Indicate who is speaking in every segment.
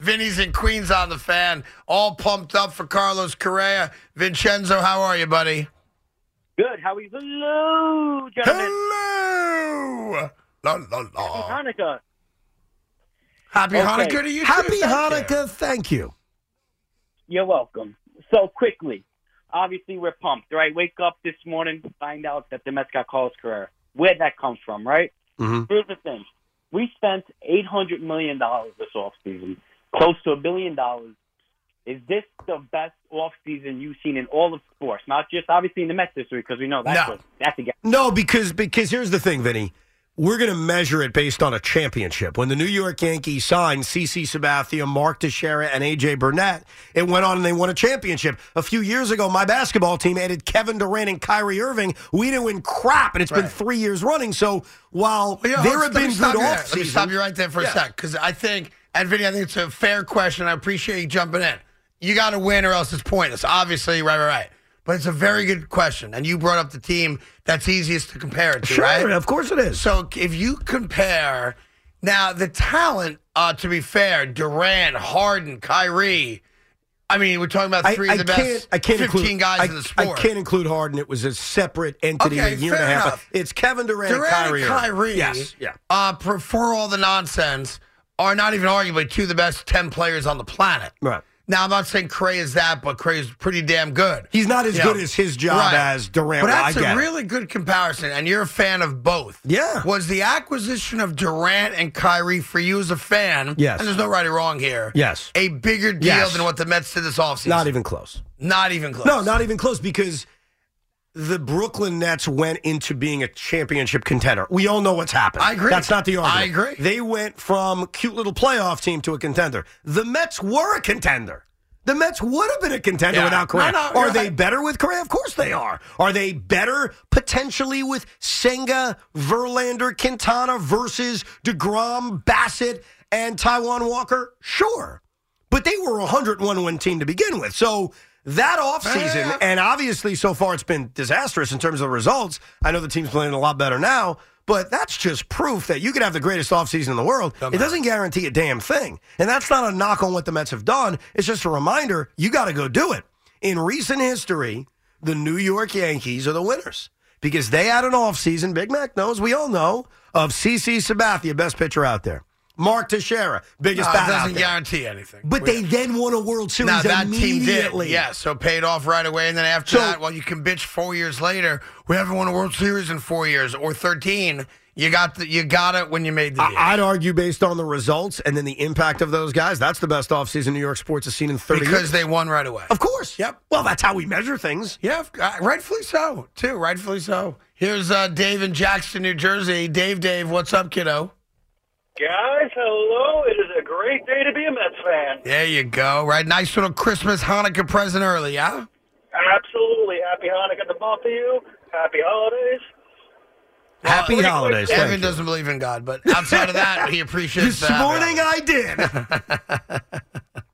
Speaker 1: Vinny's in Queens on the fan, all pumped up for Carlos Correa. Vincenzo, how are you, buddy?
Speaker 2: Good. How are you? Hello, gentlemen.
Speaker 1: Hello! La, la, la.
Speaker 2: Happy Hanukkah.
Speaker 1: Happy
Speaker 2: Okay.
Speaker 1: Hanukkah to you. too.
Speaker 3: Happy
Speaker 1: Thank you.
Speaker 3: Hanukkah. Thank you.
Speaker 2: You're welcome. So quickly, obviously we're pumped, right? Wake up this morning, find out that the Mets got Carlos Carrera. Where'd that come from, right?
Speaker 3: Mhm.
Speaker 2: Here's the thing: we spent eight hundred million dollars this offseason, close to a billion dollars. Is this the best offseason you've seen in all of sports? Not just obviously in the Mets history, because we know that's
Speaker 1: No.
Speaker 2: what, that's a guess.
Speaker 3: No, because because here's the thing, Vinny. We're going to measure it based on a championship. When the New York Yankees signed CC Sabathia, Mark Teixeira, and AJ Burnett, it went on and they won a championship. A few years ago, my basketball team added Kevin Durant and Kyrie Irving. We didn't win crap, and it's been
Speaker 1: Right.
Speaker 3: three years running. So while
Speaker 1: Well, you know,
Speaker 3: there
Speaker 1: let's-
Speaker 3: have
Speaker 1: let me
Speaker 3: been
Speaker 1: stop
Speaker 3: good
Speaker 1: you there. Let me stop you
Speaker 3: offseasons,
Speaker 1: right there for a
Speaker 3: Yeah.
Speaker 1: sec, because I think, and Vinny, I think it's a fair question. I appreciate you jumping in. You got to win, or else it's pointless. Obviously, right, right, right. But it's a very good question, and you brought up the team that's easiest to compare it to,
Speaker 3: sure,
Speaker 1: right?
Speaker 3: of course it is.
Speaker 1: So if you compare now the talent, uh, to be fair, Durant, Harden, Kyrie. I mean, we're talking about
Speaker 3: I,
Speaker 1: three
Speaker 3: I
Speaker 1: of the best
Speaker 3: can't. I can't
Speaker 1: 15
Speaker 3: include,
Speaker 1: guys
Speaker 3: I,
Speaker 1: in the sport.
Speaker 3: I can't include Harden. It was a separate entity
Speaker 1: Okay,
Speaker 3: a year and a
Speaker 1: fair
Speaker 3: half.
Speaker 1: enough.
Speaker 3: It's Kevin Durant,
Speaker 1: Durant
Speaker 3: and Kyrie.
Speaker 1: and
Speaker 3: Irving.
Speaker 1: Kyrie,
Speaker 3: Yes. Yeah.
Speaker 1: uh, for, for all the nonsense, are not even arguably two of the best 10 players on the planet.
Speaker 3: Right.
Speaker 1: Now, I'm not saying Cray is that, but Cray is pretty damn good.
Speaker 3: He's not as
Speaker 1: You
Speaker 3: good
Speaker 1: know,
Speaker 3: as his job
Speaker 1: right.
Speaker 3: as Durant.
Speaker 1: But
Speaker 3: Well,
Speaker 1: that's
Speaker 3: I get
Speaker 1: a
Speaker 3: it.
Speaker 1: really good comparison, and you're a fan of both.
Speaker 3: Yeah.
Speaker 1: Was the acquisition of Durant and Kyrie for you as a fan,
Speaker 3: Yes.
Speaker 1: and there's no right or wrong here,
Speaker 3: Yes.
Speaker 1: a bigger deal
Speaker 3: Yes.
Speaker 1: than what the Mets did this offseason?
Speaker 3: Not even close.
Speaker 1: Not even close.
Speaker 3: No, not even close because the Brooklyn Nets went into being a championship contender. We all know what's happened.
Speaker 1: I agree.
Speaker 3: That's not the argument.
Speaker 1: I agree.
Speaker 3: They went from cute little playoff team to a contender. The Mets were a contender. The Mets would have been a contender
Speaker 1: Yeah.
Speaker 3: without Correa.
Speaker 1: No, no,
Speaker 3: are
Speaker 1: you're
Speaker 3: they
Speaker 1: right.
Speaker 3: better with Correa? Of course they are. Are they better potentially with Senga, Verlander, Quintana versus DeGrom, Bassett, and Taiwan Walker? Sure. But they were a 101 win team to begin with. So that offseason,
Speaker 1: Yeah.
Speaker 3: and obviously so far it's been disastrous in terms of the results. I know the team's playing a lot better now, but that's just proof that you could have the greatest offseason in the world. It doesn't guarantee a damn thing. And that's not a knock on what the Mets have done. It's just a reminder you got to go do it. In recent history, the New York Yankees are the winners because they had an offseason, Big Mac knows, we all know, of CC Sabathia, best pitcher out there. Mark Teixeira, biggest
Speaker 1: No, it
Speaker 3: bat out
Speaker 1: doesn't
Speaker 3: there.
Speaker 1: guarantee anything.
Speaker 3: But they then won a World Series
Speaker 1: Now that team did,
Speaker 3: immediately.
Speaker 1: yeah. So paid off right away, and then after
Speaker 3: So-
Speaker 1: that, well, you can bitch four years later. We haven't won a World Series in four years or thirteen. You got the, you got it when you made the deal.
Speaker 3: I- I'd argue based on the results and then the impact of those guys, that's the best offseason New York sports has seen in 30
Speaker 1: because
Speaker 3: years.
Speaker 1: they won right away.
Speaker 3: of course. Yep. Well, that's how we measure things.
Speaker 1: Yeah, f- uh, rightfully so, too. Rightfully so. Here's uh, Dave in Jackson, New Jersey. Dave, Dave, what's up, kiddo?
Speaker 4: Guys, hello. It is a great day to be a Mets fan.
Speaker 1: There you go. Right, nice little Christmas Hanukkah present early, yeah.
Speaker 4: Absolutely. Happy Hanukkah to both of you. Happy holidays.
Speaker 3: Happy
Speaker 1: Well,
Speaker 3: holidays. Thank
Speaker 1: Evan
Speaker 3: you.
Speaker 1: doesn't believe in God, but outside of that, he appreciates
Speaker 3: This
Speaker 1: that.
Speaker 3: morning I did.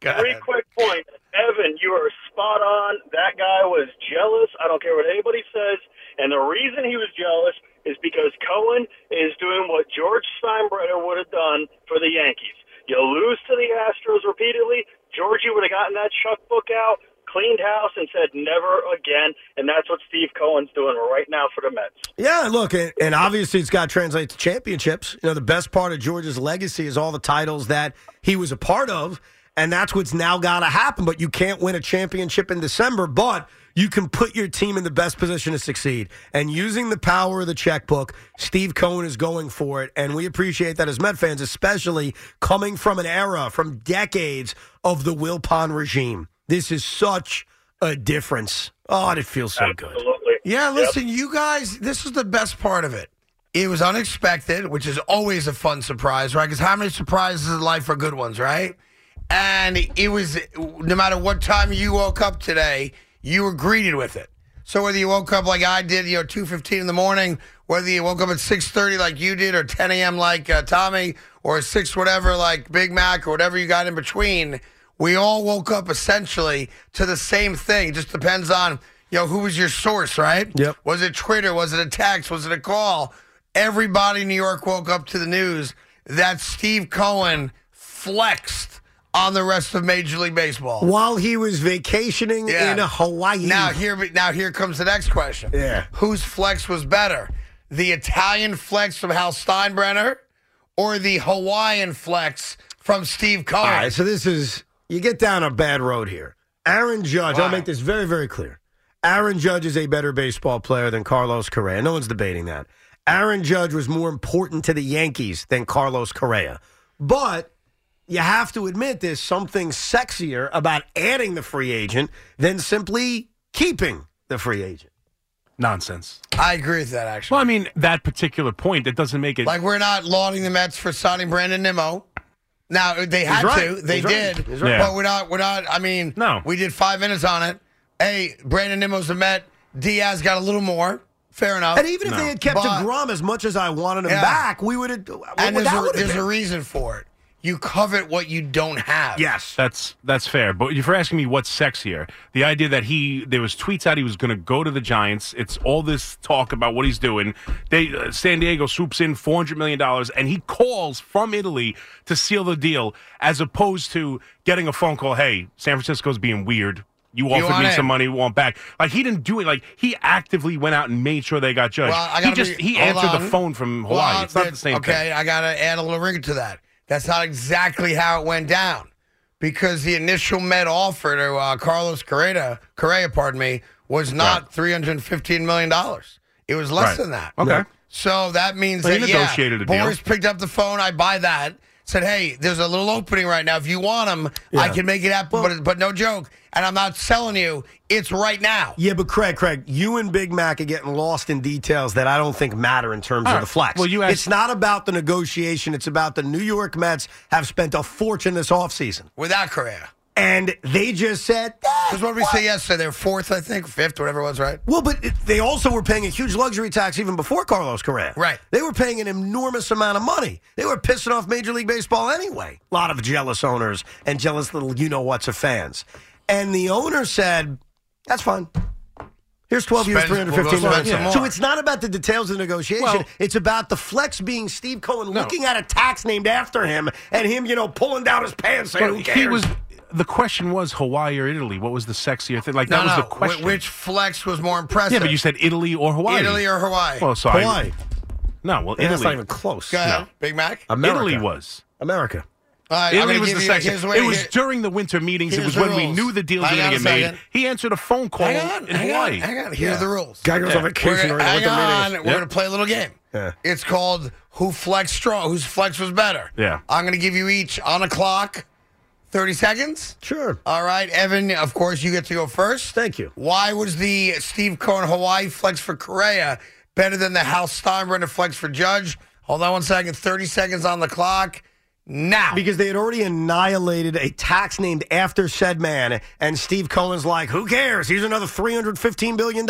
Speaker 1: Go
Speaker 4: Three
Speaker 1: ahead.
Speaker 4: quick points. Evan, you are spot on. That guy was jealous. I don't care what anybody says. And the reason he was jealous is because Cohen is doing what George Steinbrenner would have done for the Yankees. You lose to the Astros repeatedly. Georgie would have gotten that chuck book out, cleaned house, and said never again. And that's what Steve Cohen's doing right now for the Mets.
Speaker 3: Yeah, look, and, and obviously it's got to translate to championships. You know, the best part of George's legacy is all the titles that he was a part of, and that's what's now got to happen. But you can't win a championship in December, but you can put your team in the best position to succeed. And using the power of the checkbook, Steve Cohen is going for it, and we appreciate that as Met fans, especially coming from an era, from decades of the Wilpon regime. This is such a difference. Oh, and it feels so good.
Speaker 4: Absolutely.
Speaker 1: Yeah, listen, you guys, this is the best part of it. It was unexpected, which is always a fun surprise, right? Because how many surprises in life are good ones, right? and it was no matter what time you woke up today, you were greeted with it. So whether you woke up like I did, you know, two fifteen in the morning, whether you woke up at six thirty like you did, or ten a.m. like uh, Tommy, or six whatever like Big Mac, or whatever you got in between, we all woke up essentially to the same thing. It just depends on you know who was your source, right?
Speaker 3: Yep.
Speaker 1: Was it Twitter? Was it a text? Was it a call? Everybody in New York woke up to the news that Steve Cohen flexed on the rest of Major League Baseball.
Speaker 3: While he was vacationing
Speaker 1: Yeah.
Speaker 3: in Hawaii.
Speaker 1: Now here, now here comes the next question.
Speaker 3: Yeah.
Speaker 1: whose flex was better, the Italian flex from Hal Steinbrenner, or the Hawaiian flex from Steve Cohen?
Speaker 3: All right, so this is you get down a bad road here. Aaron Judge, I'll
Speaker 1: Wow.
Speaker 3: make this very, very clear. Aaron Judge is a better baseball player than Carlos Correa. No one's debating that. Aaron Judge was more important to the Yankees than Carlos Correa. But you have to admit there's something sexier about adding the free agent than simply keeping the free agent.
Speaker 5: Nonsense.
Speaker 1: I agree with that actually.
Speaker 5: Well, I mean, that particular point, that doesn't make it.
Speaker 1: Like we're not lauding the Mets for signing Brandon Nimmo. Now they had
Speaker 3: right.
Speaker 1: to, they
Speaker 3: He's right.
Speaker 1: did,
Speaker 3: He's
Speaker 5: right.
Speaker 1: but we're not. We're not. I mean,
Speaker 5: No.
Speaker 1: we did five minutes on it. Hey, Brandon Nimmo's a Met. Diaz got a little more. Fair enough.
Speaker 3: And even if
Speaker 5: No.
Speaker 3: they had kept
Speaker 1: But-
Speaker 3: DeGrom as much as I wanted him
Speaker 1: Yeah.
Speaker 3: back, we would have.
Speaker 1: and there's,
Speaker 3: that
Speaker 1: a,
Speaker 3: would have
Speaker 1: there's
Speaker 3: been.
Speaker 1: a reason for it. You covet what you don't have.
Speaker 3: yes.
Speaker 5: That's that's fair, but if you're asking me what's sexier, the idea that he there was tweets out he was going to go to the Giants. It's all this talk about what he's doing. They uh, San Diego swoops in four hundred million dollars, and he calls from Italy to seal the deal, as opposed to getting a phone call. Hey, San Francisco's being weird. You offered
Speaker 1: want
Speaker 5: me
Speaker 1: in?"
Speaker 5: some money, want back? Like he didn't do it. Like he actively went out and made sure they got judged.
Speaker 1: Well, I
Speaker 5: he
Speaker 1: gotta
Speaker 5: just
Speaker 1: be-
Speaker 5: he
Speaker 1: hold
Speaker 5: answered
Speaker 1: on.
Speaker 5: the phone from Hawaii.
Speaker 1: Well,
Speaker 5: it's not
Speaker 1: that-
Speaker 5: the same
Speaker 1: okay,
Speaker 5: thing.
Speaker 1: I gotta add a little wrinkle to that. That's not exactly how it went down, because the initial Met offer to uh, Carlos Correa, Correa, pardon me, was not three hundred fifteen million dollars. It was less
Speaker 5: Right.
Speaker 1: than that.
Speaker 5: Okay.
Speaker 1: So that means
Speaker 5: Well, he
Speaker 1: that yeah,
Speaker 5: negotiated a deal.
Speaker 1: Boris picked up the phone. I buy that. Said, hey, there's a little opening right now. If you want them, I
Speaker 3: Yeah.
Speaker 1: can make it happen. but, but no joke. And I'm not selling you. It's right now.
Speaker 3: Yeah, but Craig, Craig, you and Big Mac are getting lost in details that I don't think matter in terms of the flex.
Speaker 5: Well, you asked-
Speaker 3: it's not about the negotiation. It's about the New York Mets have spent a fortune this offseason.
Speaker 1: Without Correa.
Speaker 3: And they just said, "Ah,
Speaker 1: Because what did we say yesterday? They're fourth, I think, fifth, whatever it was, right?
Speaker 3: well, but it- they also were paying a huge luxury tax even before Carlos Correa.
Speaker 1: Right.
Speaker 3: They were paying an enormous amount of money. They were pissing off Major League Baseball anyway. A lot of jealous owners and jealous little you know what's of fans. And the owner said, that's fine. Here's 12 years,
Speaker 1: Spend- we'll go
Speaker 3: 315
Speaker 1: spend
Speaker 3: million.
Speaker 1: some more.
Speaker 3: So it's not about the details of the negotiation.
Speaker 5: Well-
Speaker 3: it's about the flex being Steve Cohen looking at a tax named after him and him, you know, pulling down his pants saying,
Speaker 5: But
Speaker 3: "Who
Speaker 5: he
Speaker 3: cares?"
Speaker 5: was. The question was Hawaii or Italy. What was the sexier thing? Like
Speaker 1: No,
Speaker 5: that was
Speaker 1: no.
Speaker 5: the
Speaker 1: wh-
Speaker 5: question.
Speaker 1: Which flex was more impressive?
Speaker 5: Yeah, but you said Italy or Hawaii.
Speaker 1: Italy or Hawaii?
Speaker 5: Well, sorry.
Speaker 3: Hawaii.
Speaker 5: No, well,
Speaker 3: And
Speaker 5: Italy.
Speaker 3: that's not even close.
Speaker 1: Go ahead.
Speaker 5: no.
Speaker 1: Big Mac.
Speaker 3: America.
Speaker 5: Italy was.
Speaker 3: America.
Speaker 1: All right, I'm
Speaker 5: Italy
Speaker 1: gonna
Speaker 5: was
Speaker 1: give
Speaker 5: the
Speaker 1: you-
Speaker 5: section.
Speaker 1: here's the way-
Speaker 5: It was
Speaker 1: here-
Speaker 5: during the winter meetings. It
Speaker 1: here's
Speaker 5: was
Speaker 1: the
Speaker 5: when we
Speaker 1: rules.
Speaker 5: knew the deals were
Speaker 1: Hang
Speaker 5: going
Speaker 1: on
Speaker 5: to
Speaker 1: a
Speaker 5: get made.
Speaker 1: second.
Speaker 5: He answered a phone call
Speaker 1: Hang on,
Speaker 5: in
Speaker 1: hang
Speaker 5: Hawaii.
Speaker 1: on, hang on. Here are the rules.
Speaker 3: Guy goes on
Speaker 1: We're
Speaker 3: vacation
Speaker 1: gonna,
Speaker 3: right
Speaker 1: hang
Speaker 3: with
Speaker 1: on.
Speaker 3: the
Speaker 1: We're
Speaker 5: Yep.
Speaker 1: gonna play a little game.
Speaker 3: Yeah.
Speaker 1: It's called Who Flex Strong? Whose flex was better?
Speaker 5: Yeah.
Speaker 1: I'm gonna give you each on a clock, 30 seconds.
Speaker 3: Sure.
Speaker 1: All right, Evan. Of course, you get to go first.
Speaker 3: Thank you.
Speaker 1: Why was the Steve Cohen Hawaii flex for Correa better than the Hal Steinbrenner flex for Judge? Hold on one second. 30 seconds on the clock. Now.
Speaker 3: Because they had already annihilated a tax named after said man, and Steve Cohen's like, who cares? Here's another $315 billion.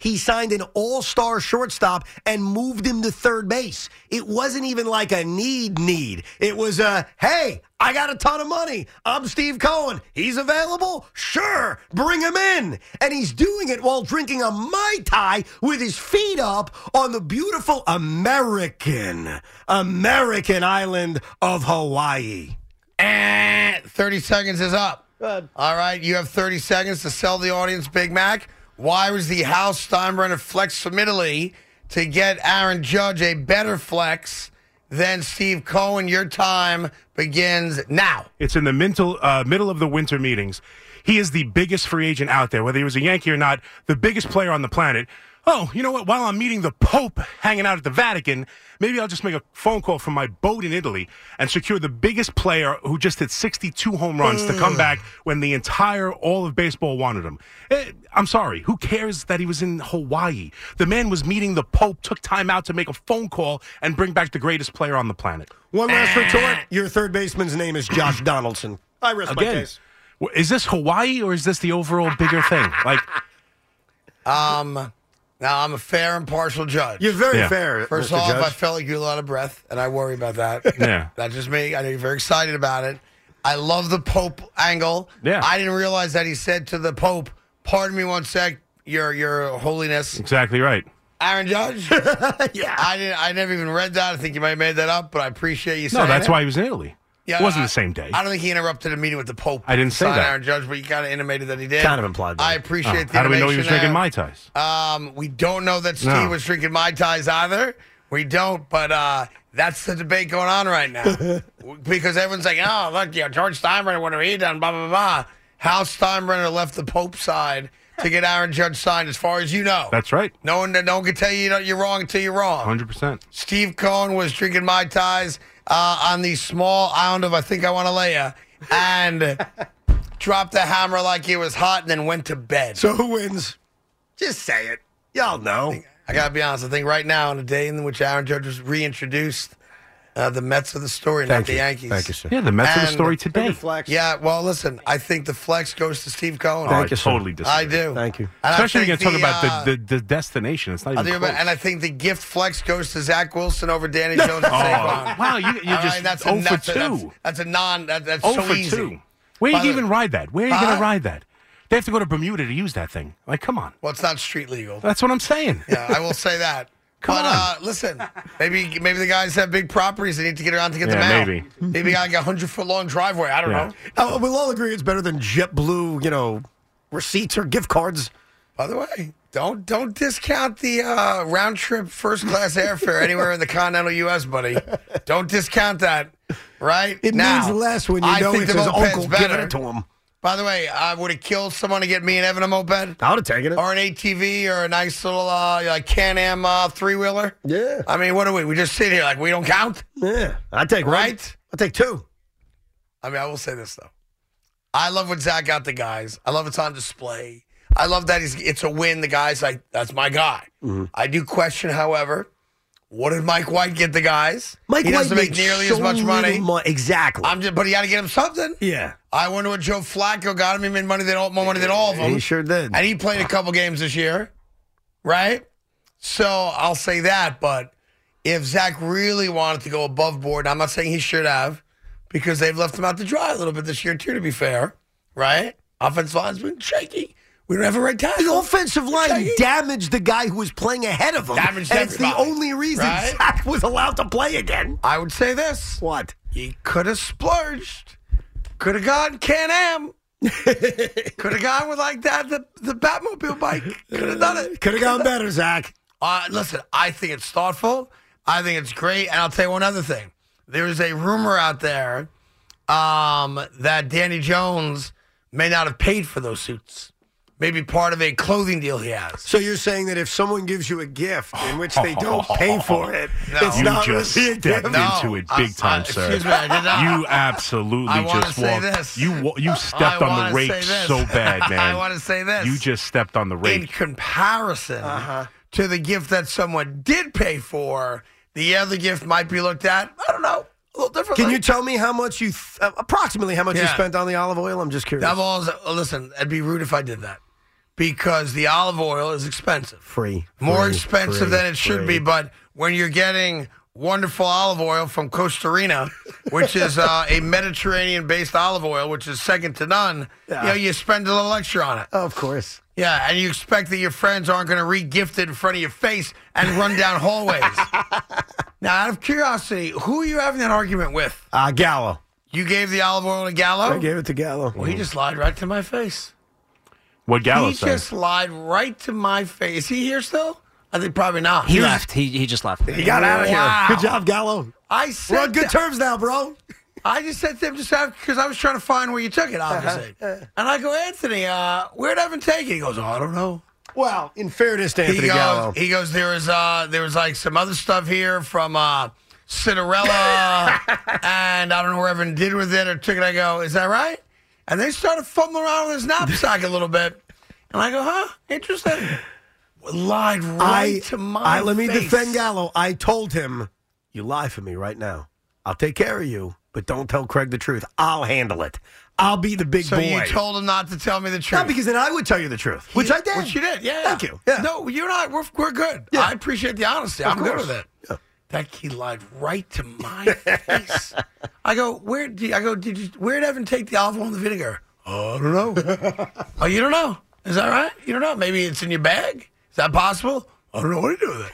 Speaker 3: He signed an all star shortstop and moved him to third base. It wasn't even like a need, need. It was a, hey, I got a ton of money. I'm Steve Cohen. He's available? Sure. Bring him in. And he's doing it while drinking a Mai Tai with his feet up on the beautiful American, American island of Hawaii.
Speaker 1: Eh, 30 seconds is up. All right, you have 30 seconds to sell the audience Big Mac. Why was the House Steinbrenner flex from Italy to get Aaron Judge a better flex than Steve Cohen? Your time begins now.
Speaker 5: It's in the mental, uh, middle of the winter meetings. He is the biggest free agent out there, whether he was a Yankee or not, the biggest player on the planet. Oh, you know what? While I'm meeting the Pope hanging out at the Vatican, maybe I'll just make a phone call from my boat in Italy and secure the biggest player who just hit 62 home runs to come back when the entire all of baseball wanted him. Eh, I'm sorry. Who cares that he was in Hawaii? The man was meeting the Pope, took time out to make a phone call and bring back the greatest player on the planet.
Speaker 3: One last retort. Your third baseman's name is Josh Donaldson. I rest my
Speaker 5: Again,
Speaker 3: case.
Speaker 5: w- is this Hawaii or is this the overall bigger thing? Like,
Speaker 1: Um, now I'm a fair and partial judge.
Speaker 3: You're very
Speaker 5: Yeah.
Speaker 3: fair.
Speaker 1: First
Speaker 3: Mr.
Speaker 1: off,
Speaker 3: Judge.
Speaker 1: I felt like you were out of breath, and I worry about that.
Speaker 5: Yeah.
Speaker 1: That's just me. I know you're very excited about it. I love the Pope angle.
Speaker 5: Yeah.
Speaker 1: I didn't realize that he said to the Pope, Pardon me one sec, Your Your Holiness.
Speaker 5: exactly right.
Speaker 1: Aaron Judge? yeah. I didn't I never even read that. I think you might have made that up, but I appreciate you saying
Speaker 5: No, that's
Speaker 1: it.
Speaker 5: why he was in Italy.
Speaker 1: Yeah,
Speaker 5: it wasn't
Speaker 1: I-
Speaker 5: the same day.
Speaker 1: I don't think he interrupted a meeting with the Pope.
Speaker 5: I didn't say
Speaker 1: Sign
Speaker 5: that.
Speaker 1: Aaron Judge, but you kind of intimated that he did.
Speaker 3: Kind of implied that.
Speaker 1: I
Speaker 5: Oh,
Speaker 1: appreciate the
Speaker 5: how do we know he
Speaker 1: innovation
Speaker 5: was
Speaker 1: there.
Speaker 5: drinking mai tais?
Speaker 1: Um, we don't know that Steve
Speaker 5: No.
Speaker 1: was drinking Mai Tais either. We don't, but uh, that's the debate going on right now. because everyone's like, oh, look, you know, George Steinbrenner, what have he done? Blah, blah, blah. How Steinbrenner left the Pope side to get Aaron Judge signed, as far as you know.
Speaker 5: That's right,
Speaker 1: no one, no one can tell you you're wrong until you're wrong.
Speaker 5: hundred percent.
Speaker 1: Steve Cohen was drinking Mai Tais uh, on the small island of I Think I Want to Leia and dropped the hammer like it was hot and then went to bed.
Speaker 3: so who wins? Just say it. Y'all know.
Speaker 1: I gotta be honest. I think right now, on the day in which Aaron Judge was reintroduced, uh, the Mets are the story, not the Yankees.
Speaker 3: Thank you, sir.
Speaker 5: Yeah, the Mets are the
Speaker 1: And-
Speaker 5: story today.
Speaker 3: Flex.
Speaker 1: Yeah. Well, listen. I think the flex goes to Steve Cohen.
Speaker 5: Oh, I
Speaker 3: Thank you, sir.
Speaker 5: totally disagree.
Speaker 1: I do.
Speaker 3: Thank you.
Speaker 1: And I
Speaker 5: Especially when you
Speaker 1: think
Speaker 5: talk about
Speaker 1: uh,
Speaker 5: the, the, the destination. It's not
Speaker 1: I
Speaker 5: even
Speaker 1: think
Speaker 5: close.
Speaker 1: about- and I think the gift flex goes to Zach Wilson over Danny Jones and
Speaker 5: oh,
Speaker 1: Saquon.
Speaker 5: wow, you, you're
Speaker 1: All
Speaker 5: just
Speaker 1: right, that's a-
Speaker 5: 0 for
Speaker 1: that's
Speaker 5: 2.
Speaker 1: a- that's- That's a non. That, that's
Speaker 5: 0
Speaker 1: so
Speaker 5: for
Speaker 1: easy.
Speaker 5: 2. Where
Speaker 1: By
Speaker 5: you
Speaker 1: the-
Speaker 5: even ride that? Where are you going
Speaker 1: Huh?
Speaker 5: to ride that? They have to go to Bermuda to use that thing. Like, come on.
Speaker 1: Well, it's not street legal.
Speaker 5: That's what I'm saying.
Speaker 1: Yeah, I will say that.
Speaker 5: Come
Speaker 1: but
Speaker 5: on.
Speaker 1: Uh, listen, maybe maybe the guys have big properties. They need to get around to get the
Speaker 5: Yeah,
Speaker 1: mail.
Speaker 5: maybe.
Speaker 1: maybe I got a hundred foot long driveway. I don't
Speaker 5: Yeah.
Speaker 1: know.
Speaker 3: Oh, we'll all agree it's better than JetBlue, you know, receipts or gift cards.
Speaker 1: By the way, don't don't discount the uh, round trip first class airfare anywhere in the continental U.S., buddy. Don't discount that. Right?
Speaker 3: It
Speaker 1: Now,
Speaker 3: means less when you
Speaker 1: I
Speaker 3: know
Speaker 1: think
Speaker 3: it's
Speaker 1: the
Speaker 3: his
Speaker 1: moped's
Speaker 3: uncle
Speaker 1: better.
Speaker 3: giving it to him.
Speaker 1: By the way, I would have killed someone to get me and Evan a moped.
Speaker 3: I would have taken it.
Speaker 1: Or an ATV or a nice little uh, like Can Am uh, three wheeler.
Speaker 3: Yeah.
Speaker 1: I mean, what do we? We just sit here like we don't count.
Speaker 3: Yeah. I'd take one.
Speaker 1: Right?
Speaker 3: I'd take two.
Speaker 1: I mean, I will say this though. I love what Zach got the guys. I love it's on display. I love that he's it's a win. The guys like that's my guy.
Speaker 3: Mm-hmm.
Speaker 1: I do question, however, what did Mike White get the guys?
Speaker 3: Mike
Speaker 1: he
Speaker 3: White
Speaker 1: doesn't make
Speaker 3: makes
Speaker 1: nearly
Speaker 3: so
Speaker 1: as much money.
Speaker 3: little mo- exactly.
Speaker 1: I'm just, but he got to get him something.
Speaker 3: yeah.
Speaker 1: I wonder what Joe Flacco got him. He made money than all, more money than all of them.
Speaker 3: He sure did.
Speaker 1: And he played a couple games this year, right? So I'll say that. But if Zach really wanted to go above board, I'm not saying he should have, because they've left him out to dry a little bit this year too. To be fair, right? Offensive line's been shaky. We don't have a right tackle.
Speaker 3: The offensive line
Speaker 1: Shaky.
Speaker 3: damaged the guy who was playing ahead of him.
Speaker 1: Damaged
Speaker 3: and it's the
Speaker 1: everybody,
Speaker 3: only reason
Speaker 1: right?
Speaker 3: Zach was allowed to play again.
Speaker 1: I would say this:
Speaker 3: What?
Speaker 1: he could have splurged, could have gone Can Am, could have gone with like that the the Batmobile bike, could have done it.
Speaker 3: Could have gone better, Zach.
Speaker 1: Uh, listen, I think it's thoughtful. I think it's great. And I'll tell you one other thing. There is a rumor out there um, that Danny Jones may not have paid for those suits. Maybe part of a clothing deal he has.
Speaker 3: So you're saying that if someone gives you a gift in which they don't pay for it,
Speaker 1: Oh. No.
Speaker 3: it's
Speaker 1: You
Speaker 3: not
Speaker 5: just
Speaker 3: really a
Speaker 5: stepped
Speaker 3: gift?
Speaker 5: in. Into it big time,
Speaker 1: I,
Speaker 5: sir.
Speaker 1: Uh, Excuse me, I did not.
Speaker 5: You absolutely
Speaker 1: I wanna
Speaker 5: just
Speaker 1: say
Speaker 5: walked.
Speaker 1: this.
Speaker 5: You wa- you
Speaker 1: I
Speaker 5: stepped on
Speaker 1: wanna
Speaker 5: the
Speaker 1: say
Speaker 5: rake
Speaker 1: this.
Speaker 5: so bad, man.
Speaker 1: I want to say this.
Speaker 5: You just stepped on the
Speaker 1: in
Speaker 5: rake.
Speaker 1: comparison to the gift that someone did pay for, the other gift might be looked at. uh, I don't know, a little differently.
Speaker 3: Can you tell me how much you, th- uh, approximately how much you
Speaker 1: Yeah.
Speaker 3: spent on the olive oil? I'm just curious.
Speaker 1: That ball's listen. I'd be rude if I did that because the olive oil is expensive,
Speaker 3: free.
Speaker 1: more
Speaker 3: free,
Speaker 1: expensive
Speaker 3: free,
Speaker 1: than it should be.
Speaker 3: free.
Speaker 1: But when you're getting wonderful olive oil from Costa Rica, which is uh, a Mediterranean-based olive oil, which is second to none, you know, you spend a little extra on it.
Speaker 3: Of course.
Speaker 1: Yeah, and you expect that your friends aren't going to re-gift it in front of your face and run down hallways. now, out of curiosity, who are you having that argument with?
Speaker 3: Uh, Gallo.
Speaker 1: You gave the olive oil to Gallo.
Speaker 3: I gave it to Gallo.
Speaker 1: well, he just lied right to my face.
Speaker 5: What Gallo
Speaker 1: he
Speaker 5: said.
Speaker 1: just lied right to my face. Is he here still? I think probably not.
Speaker 6: He left. He, he just left.
Speaker 3: He got out of here.
Speaker 1: Wow.
Speaker 3: Good job, Gallo.
Speaker 1: I
Speaker 3: We're
Speaker 1: said
Speaker 3: on good
Speaker 1: that-
Speaker 3: terms now, bro.
Speaker 1: I just said to him just because I was trying to find where you took it, obviously.
Speaker 3: Uh-huh.
Speaker 1: And I go, Anthony, uh, where'd Evan take it? He goes, oh, I don't know.
Speaker 3: Well, in fairness to
Speaker 1: He
Speaker 3: Anthony
Speaker 1: goes,
Speaker 3: Gallo,
Speaker 1: he goes, there was uh, there was like some other stuff here from uh, Cinderella, and I don't know where Evan did with it or took it. I go, is that right? And they started fumbling around with his knapsack a little bit, and I go, huh, interesting. Lied right
Speaker 3: I,
Speaker 1: to my
Speaker 3: I let me
Speaker 1: face.
Speaker 3: defend Gallo. I told him, "You lie for me right now. I'll take care of you, but don't tell Craig the truth. I'll handle it. I'll be the big
Speaker 1: So
Speaker 3: boy.
Speaker 1: you told him not to tell me the truth.
Speaker 3: Not because then I would tell you the truth, which I did.
Speaker 1: Which you did. Yeah.
Speaker 3: Thank
Speaker 1: yeah.
Speaker 3: you. Yeah.
Speaker 1: No, you're not. We're, we're good.
Speaker 3: Yeah.
Speaker 1: I appreciate the honesty. I'm
Speaker 3: course.
Speaker 1: good with it. That kid lied right to my face. I go, where did I go? Did you, where'd Evan take the olive oil and the vinegar? Oh, I don't know. oh, you don't know? Is that right? You don't know? Maybe it's in your bag. Is that possible? I don't know what to do with it.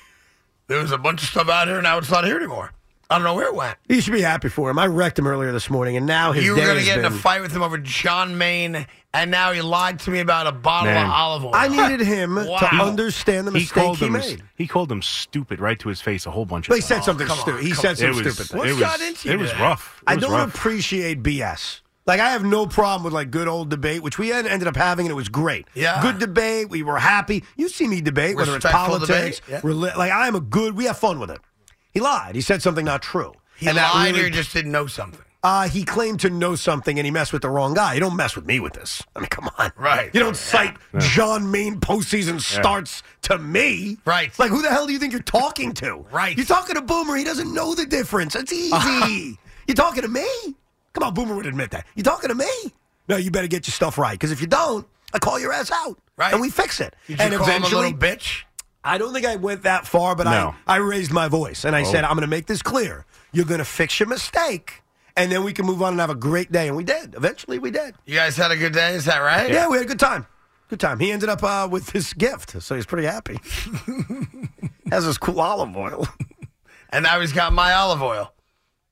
Speaker 1: There was a bunch of stuff out here, and now it's not here anymore. I don't know where it went.
Speaker 3: You should be happy for him. I wrecked him earlier this morning, and now his
Speaker 1: You were
Speaker 3: day
Speaker 1: going to
Speaker 3: has
Speaker 1: get in a
Speaker 3: been-
Speaker 1: fight with him over John Maine, and now he lied to me about a bottle
Speaker 5: Man.
Speaker 1: of olive oil.
Speaker 3: I needed him to
Speaker 1: Wow.
Speaker 3: understand the
Speaker 5: He
Speaker 3: mistake
Speaker 5: called
Speaker 3: he,
Speaker 5: them.
Speaker 3: made.
Speaker 5: He called them stupid right to his face a whole bunch of
Speaker 3: But he
Speaker 5: times.
Speaker 3: said something
Speaker 1: Oh, come on,
Speaker 3: stupid. He
Speaker 1: come on.
Speaker 3: said some
Speaker 5: It was,
Speaker 3: stupid thing.
Speaker 5: it was,
Speaker 1: got into you
Speaker 5: it was
Speaker 1: today?
Speaker 5: rough. It
Speaker 3: I
Speaker 5: was
Speaker 3: don't
Speaker 5: rough.
Speaker 3: appreciate BS. Like I have no problem with like good old debate, which we en- ended up having, and it was great.
Speaker 1: Yeah.
Speaker 3: good debate. We were happy. You see me debate, whether it's
Speaker 1: Respectful
Speaker 3: politics,
Speaker 1: debate, yeah.
Speaker 3: reli- like I am a good. We have fun with it. He lied. He said something not true.
Speaker 1: He
Speaker 3: and that
Speaker 1: lied
Speaker 3: really-
Speaker 1: or he just didn't know something.
Speaker 3: uh, he claimed to know something, and he messed with the wrong guy. You don't mess with me with this. I mean, come on.
Speaker 1: Right.
Speaker 3: You don't cite John Maine postseason starts to me.
Speaker 1: Right.
Speaker 3: Like, who the hell do you think you're talking to?
Speaker 1: Right.
Speaker 3: You're talking to Boomer. He doesn't know the difference. It's easy. you're talking to me? Come on, Boomer would admit that. You're talking to me? No, you better get your stuff right, because if you don't, I call your ass out.
Speaker 1: Right.
Speaker 3: And we fix it.
Speaker 1: Did you
Speaker 3: and
Speaker 1: call
Speaker 3: eventually,
Speaker 1: him a little bitch?
Speaker 3: I don't think I went that far, but
Speaker 5: No.
Speaker 3: I, I raised my voice and I said, I'm going to make this clear. You're going to fix your mistake, and then we can move on and have a great day. And we did. Eventually, we did.
Speaker 1: You guys had a good day, is that right?
Speaker 3: Yeah, we had a good time. Good time. He ended up uh, with this gift, so he's pretty happy. Has this cool olive oil.
Speaker 1: And now he's got my olive oil.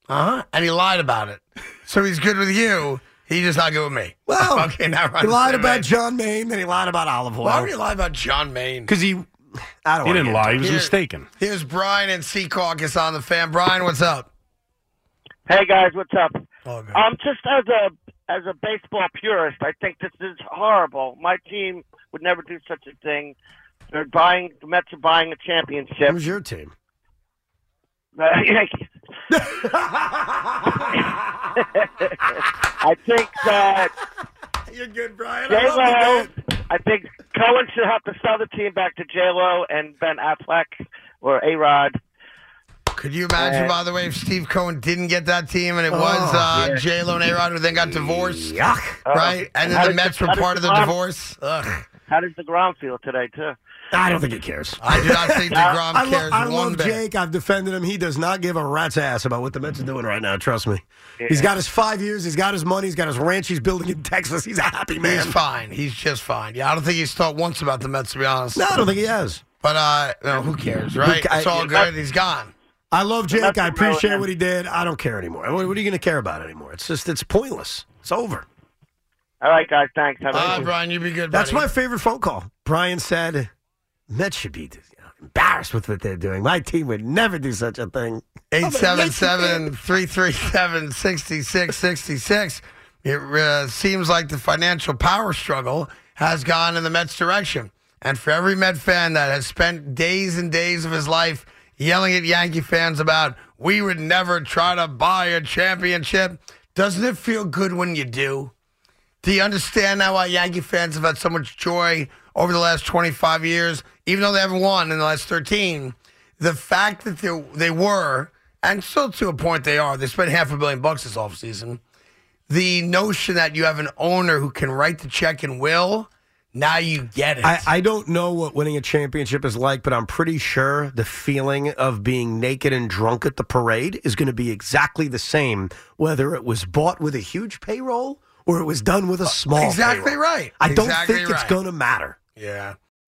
Speaker 1: Uh huh. And he lied about it. So he's good with you. He's just not good with me.
Speaker 3: Well,
Speaker 1: okay, now we're on
Speaker 3: he
Speaker 1: the
Speaker 3: lied
Speaker 1: same
Speaker 3: about
Speaker 1: page.
Speaker 3: John Maine, then he lied about olive
Speaker 1: Why would he
Speaker 3: oil.
Speaker 1: lie about John Maine?
Speaker 3: Because he, I don't
Speaker 5: He
Speaker 3: wanna
Speaker 5: didn't
Speaker 3: get
Speaker 5: lie. He was
Speaker 1: Here-
Speaker 5: mistaken.
Speaker 1: Here's Brian and Sea Caucus on the fan. Brian, what's up?
Speaker 6: Hey guys, what's up?
Speaker 1: Oh, God.
Speaker 6: Um, just as a as a baseball purist, I think this is horrible. My team would never do such a thing. They're buying the Mets are buying a
Speaker 3: into it.
Speaker 6: championship.
Speaker 3: Who's your team?
Speaker 6: Yankees. I think that
Speaker 1: You're good, Brian.
Speaker 6: J Lo. I think Cohen should have to sell the team back to J Lo and Ben Affleck or A Rod.
Speaker 1: Could you imagine, by the way, if Steve Cohen didn't get that team and it was uh, J Lo and A Rod who then got divorced?
Speaker 3: Yuck.
Speaker 1: Right? And
Speaker 6: How
Speaker 1: then the
Speaker 6: did-
Speaker 1: Mets were
Speaker 6: how did
Speaker 1: part of the
Speaker 6: DeGrom-
Speaker 1: divorce? Ugh.
Speaker 6: How does the ground feel today too?
Speaker 3: I don't think he cares.
Speaker 1: I do not think DeGrom
Speaker 3: I, lo-
Speaker 1: cares
Speaker 3: I
Speaker 1: one
Speaker 3: love
Speaker 1: bit.
Speaker 3: Jake. I've defended him. He does not give a rat's ass about what the Mets are doing right now. Trust me. He's got his five years. He's got his money. He's got his ranch he's building in Texas. He's a happy man.
Speaker 1: He's fine. He's just fine. Yeah, I don't think he's thought once about the Mets, to be honest.
Speaker 3: No, I don't think he has.
Speaker 1: But uh, no, who cares, right?
Speaker 3: ca-
Speaker 1: it's all
Speaker 3: I-
Speaker 1: good. He's gone.
Speaker 3: I love Jake.
Speaker 6: Mets
Speaker 3: I
Speaker 6: are
Speaker 3: appreciate
Speaker 6: relevant.
Speaker 3: what he did. I don't care anymore. What, what are you going to care about anymore? It's just, it's pointless. It's over.
Speaker 6: All right, guys, thanks. Have a
Speaker 1: Uh,
Speaker 6: good one.
Speaker 1: Brian, you be good.
Speaker 3: That's
Speaker 1: buddy.
Speaker 3: my favorite phone call. Brian said, Mets should be you know, embarrassed with what they're doing. My team would never do such a thing.
Speaker 1: 877-337-6666. It uh, seems like the financial power struggle has gone in the Mets direction. And for every Met fan that has spent days and days of his life yelling at Yankee fans about we would never try to buy a championship, doesn't it feel good when you do? Do you understand now why Yankee fans have had so much joy over the last 25 years, even though they haven't won in the last 13? The fact that they, they were, and still to a point they are, they spent half a billion bucks this offseason. The notion that you have an owner who can write the check and will, now you get it.
Speaker 3: I, I don't know what winning a championship is like, but I'm pretty sure the feeling of being naked and drunk at the parade is going to be exactly the same, whether it was bought with a huge payroll or it was done with a small.
Speaker 1: Uh, exactly
Speaker 3: payroll.
Speaker 1: right.
Speaker 3: I don't
Speaker 1: Exactly
Speaker 3: think it's
Speaker 1: right.
Speaker 3: going to matter.
Speaker 1: yeah.